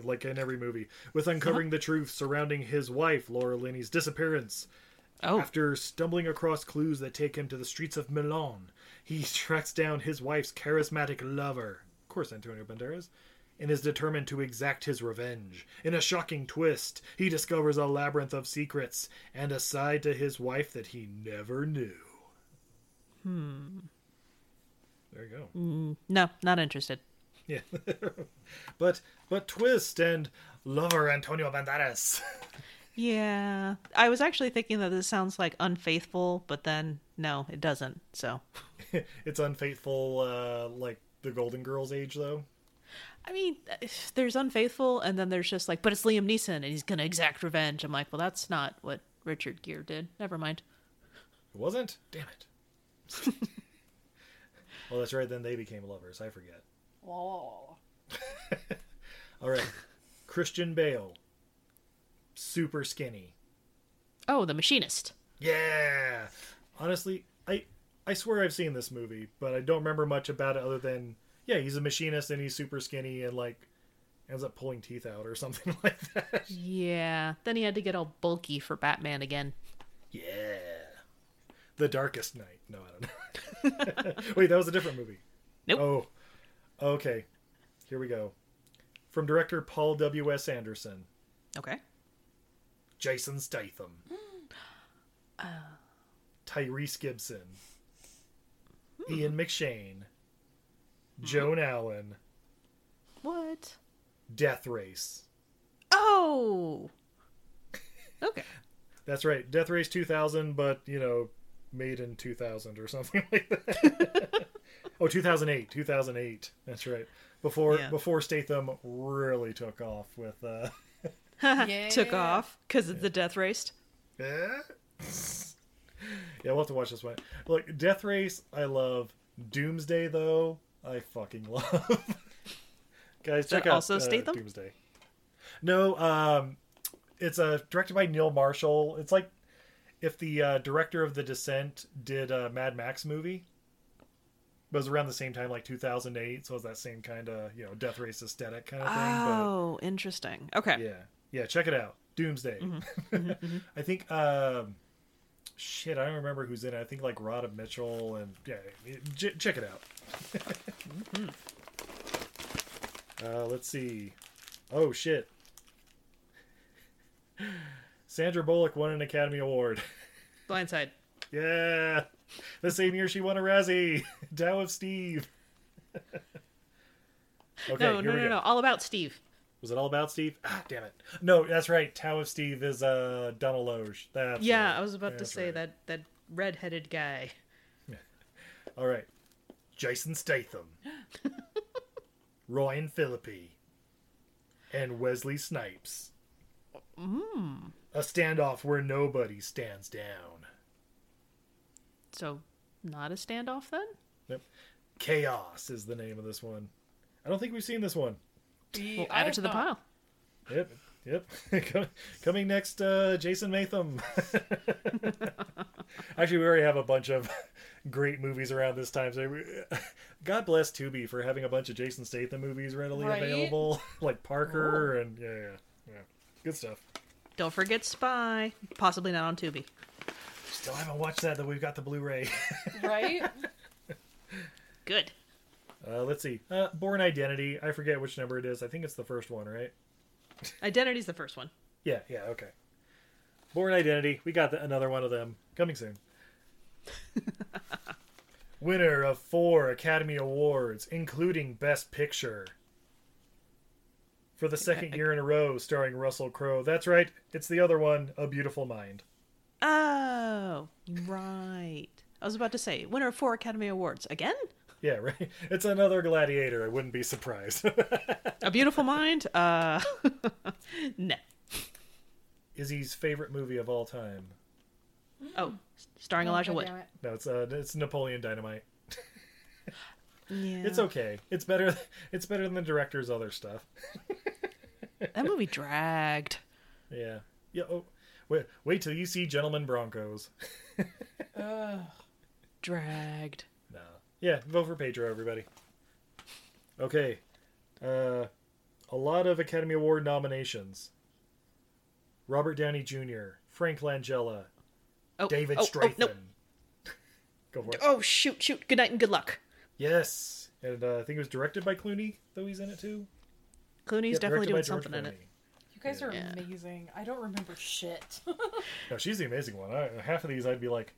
Speaker 2: like in every movie, with uncovering the truth surrounding his wife, Laura Linney's disappearance.
Speaker 4: Oh,
Speaker 2: After stumbling across clues that take him to the streets of Milan, he *laughs* tracks down his wife's charismatic lover, of course, Antonio Banderas, and is determined to exact his revenge. In a shocking twist, he discovers a labyrinth of secrets and a side to his wife that he never knew. Hmm. There you go.
Speaker 4: no, not interested.
Speaker 2: Yeah. but but twist and lover Antonio Banderas. *laughs*
Speaker 4: Yeah, I was actually thinking that this sounds like unfaithful, but then no, it doesn't. So,
Speaker 2: it's unfaithful uh like the Golden Girls age though.
Speaker 4: I mean, *sighs* there's unfaithful, and then there's just like, but it's Liam Neeson, and he's gonna exact revenge. I'm like, well, that's not what Richard Gere did. Never mind.
Speaker 2: It wasn't? Damn it. well, that's right. Then they became lovers. I forget. *laughs*
Speaker 1: Wah, wah, wah, wah.
Speaker 2: All right. Christian Bale. Super skinny.
Speaker 4: Oh, The Machinist.
Speaker 2: Yeah. Honestly, I I swear I've seen this movie, but I don't remember much about it other than yeah, he's a machinist and he's super skinny and like ends up pulling teeth out or something *laughs* like that.
Speaker 4: Yeah, then he had to get all bulky for Batman again.
Speaker 2: Yeah. The Darkest Night. No, I don't know. *laughs* Wait, that was a different movie.
Speaker 4: Nope.
Speaker 2: Oh, okay. Here we go. From director Paul W. S. Anderson,
Speaker 4: Okay.
Speaker 2: Jason Statham, Uh. Tyrese Gibson, Ian McShane, Joan Allen,
Speaker 4: What?
Speaker 2: Death Race.
Speaker 4: Oh. Okay. *laughs*
Speaker 2: That's right, Death Race 2000, but you know, made in 2000 or *laughs* something like that. oh, 2008, 2008. That's right. Before
Speaker 4: Yeah.
Speaker 2: before Statham really took off with. uh
Speaker 1: Yeah.
Speaker 4: Took off because of the death race.
Speaker 2: *laughs* yeah, we'll have to watch this one. Look, Death Race, I love. Doomsday, though, I fucking *laughs* love. Guys,
Speaker 4: that
Speaker 2: check out
Speaker 4: also
Speaker 2: uh,
Speaker 4: Statham?
Speaker 2: Doomsday. No, um, it's uh, directed by Neil Marshall. It's like if the uh, director of The Descent did a Mad Max movie. It was around the same time, like 2008, so it was that same kind of you know Death Race aesthetic kind of thing. but
Speaker 4: Oh, interesting. Okay.
Speaker 2: yeah yeah check it out doomsday
Speaker 4: Mm-hmm.
Speaker 2: *laughs* i think um shit i don't remember who's in it i think like rhoda mitchell and yeah j- check it out
Speaker 4: Mm-hmm.
Speaker 2: uh let's see oh shit sandra bullock won an academy award *laughs*
Speaker 4: Blindside.
Speaker 2: yeah the same year she won a razzie *laughs* dow of steve *laughs* okay
Speaker 4: no,
Speaker 2: here
Speaker 4: no,
Speaker 2: we
Speaker 4: no,
Speaker 2: go.
Speaker 4: no. All about Steve.
Speaker 2: Was it all about Steve? Ah, damn it. No, that's right. Tao of Steve is uh, Donald Loge. That's
Speaker 4: yeah,
Speaker 2: right.
Speaker 4: I was about to
Speaker 2: That's
Speaker 4: say
Speaker 2: right.
Speaker 4: that that redheaded guy.
Speaker 2: All right. Jason
Speaker 4: *laughs*
Speaker 2: Statham, Ryan Philippi, and Wesley Snipes.
Speaker 4: Hmm.
Speaker 2: Mm. A standoff where nobody stands down.
Speaker 4: So not a standoff then?
Speaker 2: Yep. Chaos is the name of this one. I don't think we've seen this one.
Speaker 1: Be-
Speaker 4: We'll
Speaker 1: I
Speaker 4: add it
Speaker 1: have
Speaker 4: to the
Speaker 1: not.
Speaker 4: pile.
Speaker 2: Yep, *laughs* yep. Coming next, uh, Jason Matham. *laughs* Actually, we already have a bunch of *laughs* great movies around this time. So, we- *laughs* God bless Tubi for having a bunch of Jason Statham movies readily
Speaker 1: Right?
Speaker 2: available, *laughs* like Parker and yeah, yeah, yeah, good stuff.
Speaker 4: Don't forget Spy. Possibly not on Tubi.
Speaker 2: Still haven't watched that though. We've got the Blu-ray.
Speaker 4: *laughs*
Speaker 1: Right?
Speaker 4: Good.
Speaker 2: *laughs* Uh, let's see. Uh, Born Identity. I forget which number it is. I think it's the first one, right?
Speaker 4: Identity's the first one.
Speaker 2: Yeah, yeah, okay. Born Identity. We got the, another one of them coming soon. Winner of four Academy Awards, including Best Picture. For the second year in a row, starring Russell Crowe. That's right, it's the other one, A Beautiful Mind.
Speaker 4: Oh, right. I was about to say, winner of four Academy Awards. Again?
Speaker 2: Yeah, *laughs* right. It's another Gladiator. I wouldn't be surprised. *laughs*
Speaker 4: A Beautiful Mind? Uh, *laughs* no.
Speaker 2: Izzy's favorite movie of all time.
Speaker 4: Oh, starring Elijah Wood.
Speaker 1: Goddamn it.
Speaker 2: No, it's uh, it's Napoleon Dynamite.
Speaker 4: Yeah.
Speaker 2: It's okay. It's better. *laughs* It's better than the director's other stuff.
Speaker 4: That movie dragged.
Speaker 2: Yeah. Yeah. Oh, wait. Wait till you see Gentlemen Broncos. *laughs*
Speaker 1: Ugh.
Speaker 4: Dragged.
Speaker 2: No. Yeah. Vote for Pedro, everybody. Okay. Uh, a lot of Academy Award nominations. Robert Downey Jr., Frank Langella,
Speaker 4: Oh,
Speaker 2: David
Speaker 4: oh,
Speaker 2: Strathairn. *laughs*
Speaker 4: Oh, no.
Speaker 2: Go for it.
Speaker 4: oh, shoot, shoot. Good night and good luck.
Speaker 2: Yes. And uh, I think it was directed by Clooney, though he's in it too.
Speaker 4: Clooney's
Speaker 2: Yep,
Speaker 4: definitely
Speaker 2: directed by
Speaker 4: doing
Speaker 2: George
Speaker 4: something in it.
Speaker 2: Clooney.
Speaker 1: You guys are
Speaker 4: Yeah.
Speaker 1: amazing. I don't remember
Speaker 4: *laughs*
Speaker 1: shit.
Speaker 2: No, she's the amazing one. I, half of these I'd be like,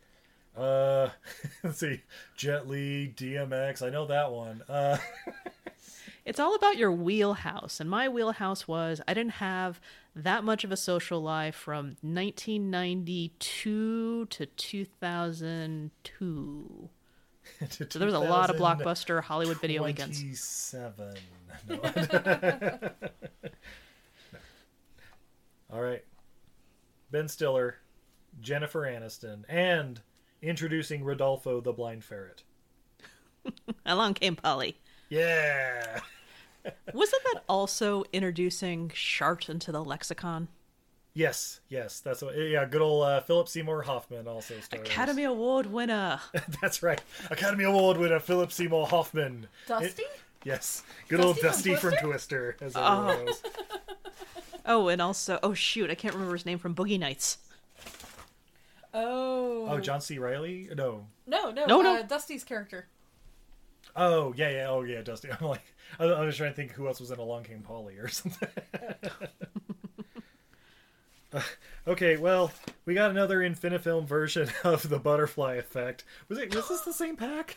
Speaker 2: uh, *laughs* let's see, Jet Li, DMX. I know that one. Uh,
Speaker 4: It's all about your wheelhouse. And my wheelhouse was I didn't have that much of a social life from 1992 to 2002. So there was a lot of blockbuster Hollywood video weekends.
Speaker 2: Twenty-seven. *laughs* No. All right, Ben Stiller, Jennifer Aniston, and introducing Rodolfo the Blind Ferret.
Speaker 4: Along came Polly.
Speaker 2: Yeah.
Speaker 4: Wasn't that also introducing Shart into the lexicon?
Speaker 2: Yes, yes, that's what. Yeah, good old uh, Philip Seymour Hoffman also. stars. *laughs*
Speaker 4: Academy Award winner.
Speaker 2: That's right. Academy Award winner Philip Seymour Hoffman.
Speaker 1: Dusty?
Speaker 2: It- yes. Good
Speaker 1: Dusty
Speaker 2: old
Speaker 1: from
Speaker 2: Dusty from Twister, as everyone knows.
Speaker 4: Oh, and also, oh shoot, I can't remember his name from Boogie Nights.
Speaker 1: Oh.
Speaker 2: Oh, John C. Riley? No.
Speaker 1: No, no,
Speaker 4: No,
Speaker 1: no,
Speaker 4: no.
Speaker 1: Uh, Dusty's character.
Speaker 2: Oh, yeah, yeah. Oh, yeah, Dusty. *laughs* I'm like, I I was trying to think who else was in Along Came Polly or *laughs* something. Uh, okay, well, we got another Infinifilm version *laughs* of the Butterfly Effect. Was it? Was this the same pack?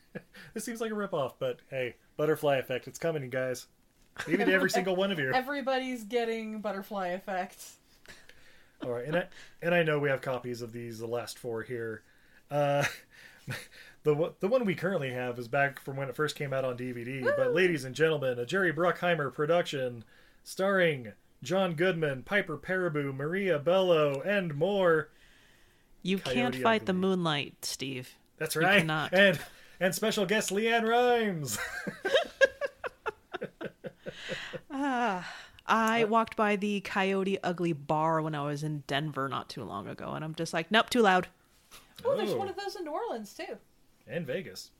Speaker 2: *laughs* this seems like a ripoff, but hey, Butterfly Effect, it's coming, you guys. Maybe to every single one of you.
Speaker 1: Everybody's getting butterfly effect.
Speaker 2: All right, and I and I know we have copies of these the last four here. Uh, *laughs* the one- the one we currently have is back from when it first came out on DVD. But ladies and gentlemen, a Jerry Bruckheimer production starring John Goodman, Piper Perabo, Maria Bello, and more.
Speaker 4: You can't
Speaker 2: Coyote
Speaker 4: fight the
Speaker 2: Ugly.
Speaker 4: moonlight, Steve.
Speaker 2: That's
Speaker 4: You
Speaker 2: right, *laughs*
Speaker 4: cannot.
Speaker 2: and and special guest Leanne Rhymes.
Speaker 4: I walked by the Coyote Ugly bar when I was in Denver not too long ago, and I'm just like, nope, too loud.
Speaker 1: Oh, there's
Speaker 2: *laughs* Oh.
Speaker 1: one of those in New Orleans too.
Speaker 2: and Vegas.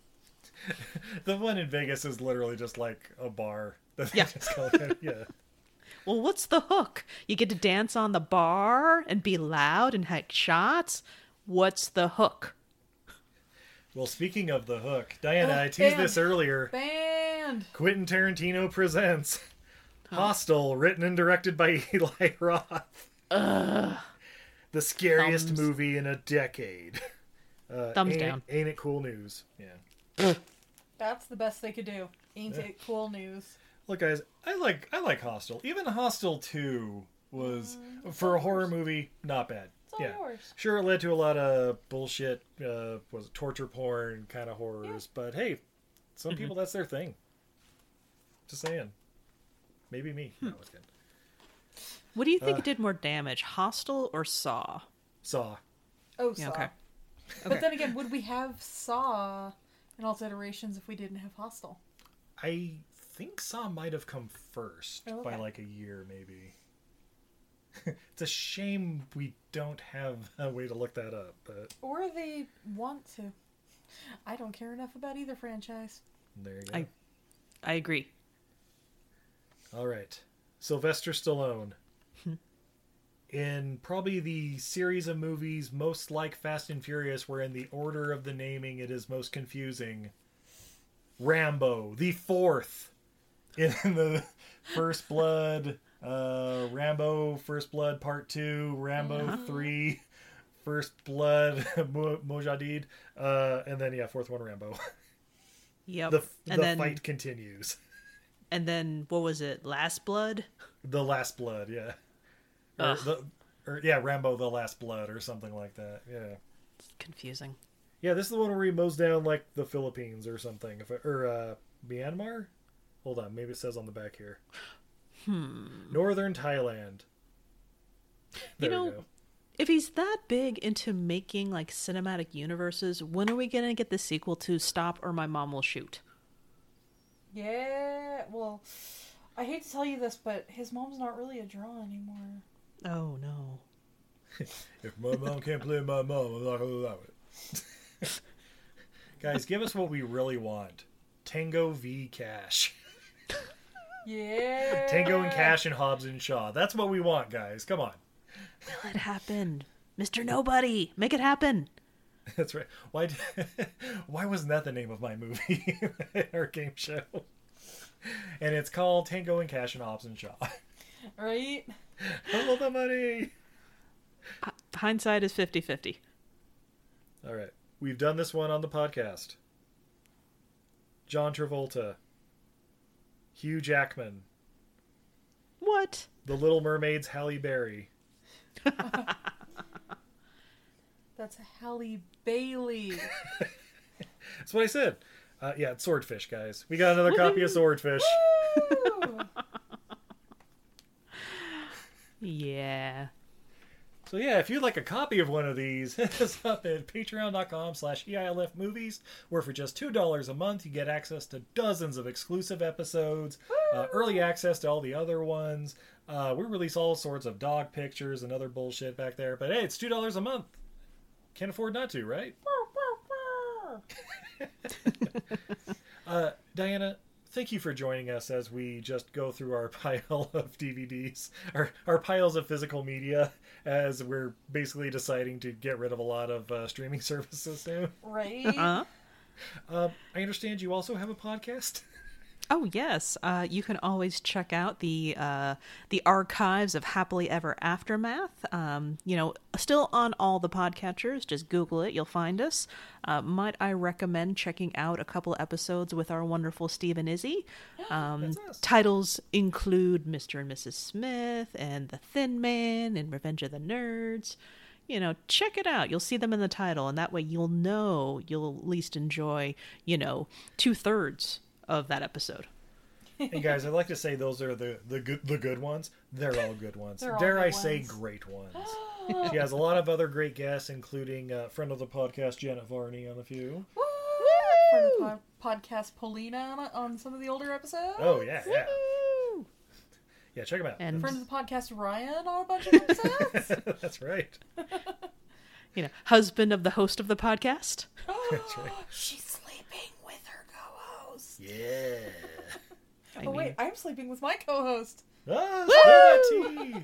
Speaker 2: *laughs* the one in Vegas is literally just like a bar. that they
Speaker 4: Yeah.
Speaker 2: just call it. yeah.
Speaker 4: Well, what's the hook? You get to dance on the bar and be loud and hike shots. What's the hook?
Speaker 2: Well, speaking of the hook, Diana, I
Speaker 1: Oh,
Speaker 2: teased
Speaker 1: damn.
Speaker 2: this earlier.
Speaker 1: Band.
Speaker 2: Quentin Tarantino presents Hostel, written and directed by *laughs* Eli Roth. The scariest
Speaker 4: Thumbs.
Speaker 2: movie in a decade. Uh,
Speaker 4: Thumbs
Speaker 2: ain't,
Speaker 4: down.
Speaker 2: Ain't it cool news? Yeah.
Speaker 1: That's the best they could do. Ain't it cool news?
Speaker 2: Look, guys, I like I like Hostel. Even Hostel Two was for a horror movie not bad.
Speaker 1: Mm, It's all
Speaker 2: yeah.
Speaker 1: yours.
Speaker 2: Sure, it led to a lot of bullshit, uh, was it torture porn kind of horrors, but hey,
Speaker 3: Mm-hmm.
Speaker 2: some people that's their thing. Just saying. Maybe me. No, it's good.
Speaker 4: What do you
Speaker 2: Uh.
Speaker 4: think did more damage, Hostel or Saw?
Speaker 2: Saw.
Speaker 1: Oh,
Speaker 4: Yeah,
Speaker 1: Saw.
Speaker 4: okay.
Speaker 1: But then again, would we have Saw
Speaker 3: in all its iterations if we didn't have Hostel.
Speaker 2: I think Saw might have come first
Speaker 3: Oh,
Speaker 2: by
Speaker 3: okay.
Speaker 2: like a year, maybe. *laughs* it's a shame we don't have a way to look that up, but
Speaker 3: Or they want to. I don't care enough about either franchise.
Speaker 2: there you go.
Speaker 4: I- I agree.
Speaker 2: All right. Sylvester
Speaker 4: *laughs*
Speaker 2: Stallone. in probably the series of movies most like Fast and Furious, where in the order of the naming it is most confusing, Rambo, the fourth *laughs* in the First Blood, uh, Rambo, First Blood Part 2, Rambo Three, First Blood, *laughs* Mo- Mojadid, uh, and then, yeah, fourth one, Rambo. *laughs*
Speaker 4: Yep.
Speaker 2: the f- the
Speaker 4: and then
Speaker 2: fight continues.
Speaker 4: and then what was it? Last Blood.
Speaker 2: The Last Blood, yeah. Or,
Speaker 4: Ugh.
Speaker 2: the, or yeah, Rambo: The Last Blood, or something like that. Yeah,
Speaker 4: Confusing.
Speaker 2: yeah. This is the one where he mows down like the Philippines or something, if it, or uh, Myanmar. Hold on, maybe it says on the back here. Hmm. Northern Thailand.
Speaker 4: You
Speaker 2: There we
Speaker 4: know-
Speaker 2: go.
Speaker 4: If he's that big into making like cinematic universes, when are we gonna get the sequel to Stop or My Mom Will Shoot?
Speaker 3: Yeah, well, I hate to tell you this, but his mom's not really a draw anymore.
Speaker 4: Oh no.
Speaker 2: If my mom can't play my mom, I'm not gonna allow it. *laughs* Guys, give us what we really want. Tango v Cash. *laughs*
Speaker 3: Yeah.
Speaker 2: Tango
Speaker 4: *laughs*
Speaker 2: and Cash and Hobbs and Shaw. That's what we want, guys. Come on.
Speaker 4: Will it happen? Mr. Nobody, make it happen.
Speaker 2: That's right. Why? d- *laughs* Why wasn't that the name of my movie *laughs* or game show? And it's called Tango and Cash and Hobbs and Shaw. *laughs*
Speaker 3: Right?
Speaker 2: Hello, the money.
Speaker 4: H- hindsight is 50-50.
Speaker 2: All right, we've done this one on the podcast. John Travolta, Hugh Jackman,
Speaker 4: What?
Speaker 2: The Little Mermaid's Halle Berry.
Speaker 3: That's Halle Bailey.
Speaker 2: That's what I said. Uh, yeah, it's Swordfish, guys. We got another copy of Swordfish.
Speaker 3: Ooh.
Speaker 4: Yeah.
Speaker 2: So yeah, if you'd like a copy of one of these, *laughs* hit us up at patreon.com slash E EILF movies, where for just $2 a month, you get access to dozens of exclusive episodes, uh, early access to all the other ones. Uh, we release all sorts of dog pictures and other bullshit back there, but hey, it's $2 a month. Can't afford not to, right? Uh, Diana, thank you for joining us as we just go through our *laughs* pile of DVDs, our, our piles of physical media, as we're basically deciding to get rid of a lot of uh, streaming *laughs* services soon.
Speaker 3: *laughs* right?
Speaker 4: Huh?
Speaker 2: Uh, I understand you also have a
Speaker 3: *laughs*
Speaker 2: podcast.
Speaker 4: Oh yes, uh, you can always check out the uh, the archives of Happily Ever Aftermath. Um, you know, still on all the podcatchers. Just Google it, you'll find us. Uh, might I recommend checking out a couple episodes with our wonderful Steve and Izzy? Um,
Speaker 2: That's us.
Speaker 4: titles include Mr. and Mrs. Smith and The Thin Man and Revenge of the Nerds. You know, check it out. You'll see them in the title, and that way you'll know you'll at least enjoy, you know, two thirds of that episode.
Speaker 2: hey guys, I'd like to say those are the the good the good ones. They're all good ones.
Speaker 3: They're all
Speaker 2: Dare
Speaker 3: good
Speaker 2: I say,
Speaker 3: ones.
Speaker 2: great
Speaker 3: *gasps*
Speaker 2: ones. she has a lot of other great guests, including uh, friend of the podcast Janet Varney on a few.
Speaker 3: From the po- podcast Polina on some of the older episodes.
Speaker 2: Oh yeah, yeah, yeah. Check them out.
Speaker 4: And
Speaker 3: Friend of the podcast Ryan on a bunch of episodes.
Speaker 2: *laughs* That's
Speaker 3: *laughs*
Speaker 2: right.
Speaker 4: you know, husband of the host of the podcast.
Speaker 2: That's right.
Speaker 3: *gasps* She's sleeping with her co-host.
Speaker 2: Yeah.
Speaker 4: I
Speaker 3: oh wait,
Speaker 4: mean,
Speaker 3: I'm sleeping with my co-host.
Speaker 2: Ah, spill that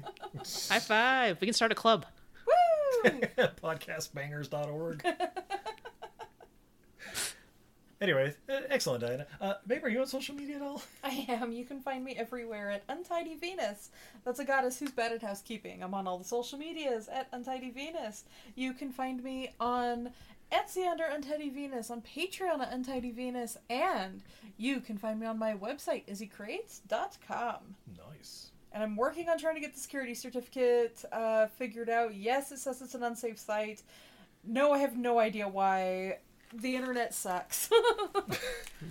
Speaker 4: high five! We can start a club.
Speaker 2: *laughs*
Speaker 3: Woo!
Speaker 2: tea. Podcastbangers.org. Anyway, uh, excellent, Diana. Uh, babe, are you on social media at all?
Speaker 3: I am. You can find me everywhere at Untidy Venus. That's a goddess who's bad at housekeeping. I'm on all the social medias at Untidy Venus. You can find me on Etsy under Untidy Venus, on Patreon at Untidy Venus, and you can find me on my website, izzycreates.com.
Speaker 2: Nice.
Speaker 3: And I'm working on trying to get the security certificate uh, figured out. Yes, it says it's an unsafe site. No, I have no idea why. The internet sucks. *laughs*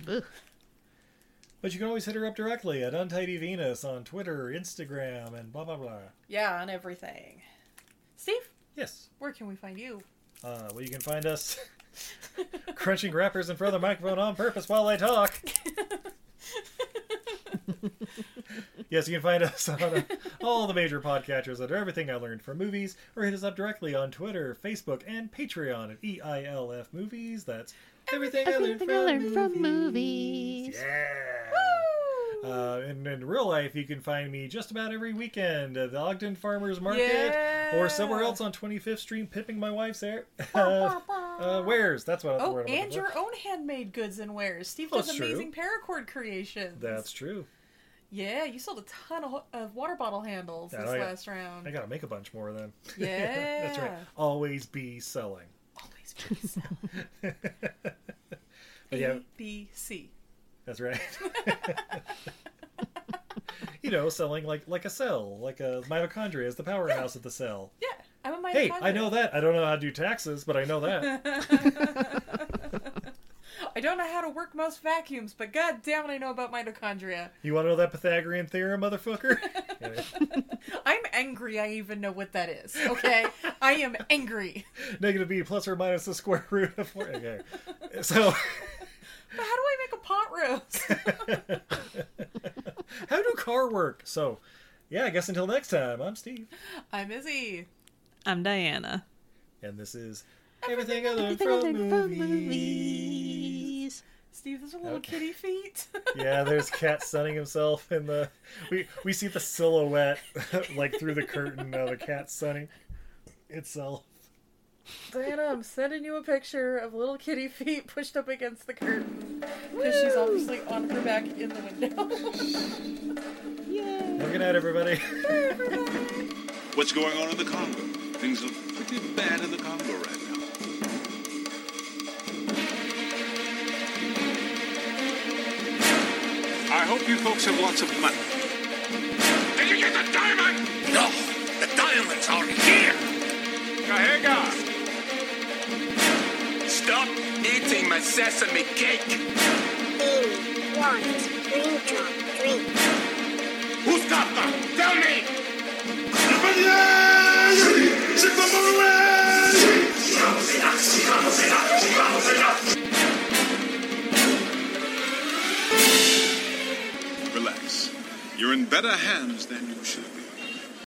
Speaker 4: Ugh.
Speaker 2: But you can always hit her up directly at Untidy Venus on Twitter, Instagram, and blah blah blah.
Speaker 3: yeah, on everything. Steve?
Speaker 2: Yes. *laughs*
Speaker 3: Where can we find you?
Speaker 2: Uh, well, you can find us *laughs* crunching wrappers in front of the microphone on purpose while I talk. yes, you can find us *laughs* on uh, all the major podcatchers under everything I learned from movies, or hit us up directly on Twitter, Facebook, and Patreon at E EILF Movies. That's everything,
Speaker 4: Everything I learned from movies.
Speaker 2: Yeah. Uh, and in real life, you can find me just about every weekend at the Ogden Farmers Market or somewhere
Speaker 3: Yeah.
Speaker 2: else on 25th Street pimping my wife's *laughs* hair. uh, uh, wares. That's what I'm
Speaker 3: Oh,
Speaker 2: worried about.
Speaker 3: and your own handmade goods and wares. Steve
Speaker 2: That's
Speaker 3: does
Speaker 2: true.
Speaker 3: amazing paracord creations.
Speaker 2: Oh, That's true.
Speaker 3: yeah. You sold a ton of, of water bottle handles
Speaker 2: Yeah,
Speaker 3: this
Speaker 2: I-
Speaker 3: last
Speaker 2: I
Speaker 3: round.
Speaker 2: gotta make a bunch more then.
Speaker 3: Yeah,
Speaker 2: *laughs* That's right. Always be selling.
Speaker 3: Always be selling.
Speaker 2: But yeah,
Speaker 3: ABC.
Speaker 2: that's right. *laughs* you know, selling like like a cell, like a mitochondria is the powerhouse of the
Speaker 4: *laughs*
Speaker 2: cell.
Speaker 3: Yeah, I'm a
Speaker 2: Hey, I know that. I don't know how to do taxes, but I know that.
Speaker 3: I don't know how to work most vacuums, but god damn it, I know about mitochondria.
Speaker 2: you want to know that Pythagorean theorem, motherfucker? *laughs*
Speaker 3: I'm angry I even know what that is,
Speaker 2: *laughs*
Speaker 3: okay? I am angry.
Speaker 2: Negative b plus or minus the square root of four. Okay, so *laughs*
Speaker 3: But how do I make a pot roast?
Speaker 2: how do car work? So, yeah, I guess until next time, I'm Steve,
Speaker 3: I'm Izzy.
Speaker 5: I'm Diana.
Speaker 2: and this is everything, I learned
Speaker 4: Everything I
Speaker 2: from
Speaker 4: learned from
Speaker 2: movies.
Speaker 4: movies.
Speaker 3: Steve, those are little
Speaker 2: Okay.
Speaker 3: kitty feet. *laughs*
Speaker 2: yeah, there's Cat sunning himself in the. We we see the silhouette *laughs* like through the curtain of a cat sunning itself.
Speaker 3: Diana, I'm sending you a picture of little kitty feet pushed up against the curtain. Because she's obviously on her back in the window. *laughs*
Speaker 2: Have a good night, everybody. *laughs*
Speaker 6: what's going on in the Congo. Things look pretty bad in the Congo right now. I hope you folks have lots of money. Did you get the diamond? No, the diamonds are here. Kahega. Stop eating my sesame cake.
Speaker 7: one green drop drink.
Speaker 6: Who's got them? Tell me. Relax. You're in better hands than you should be.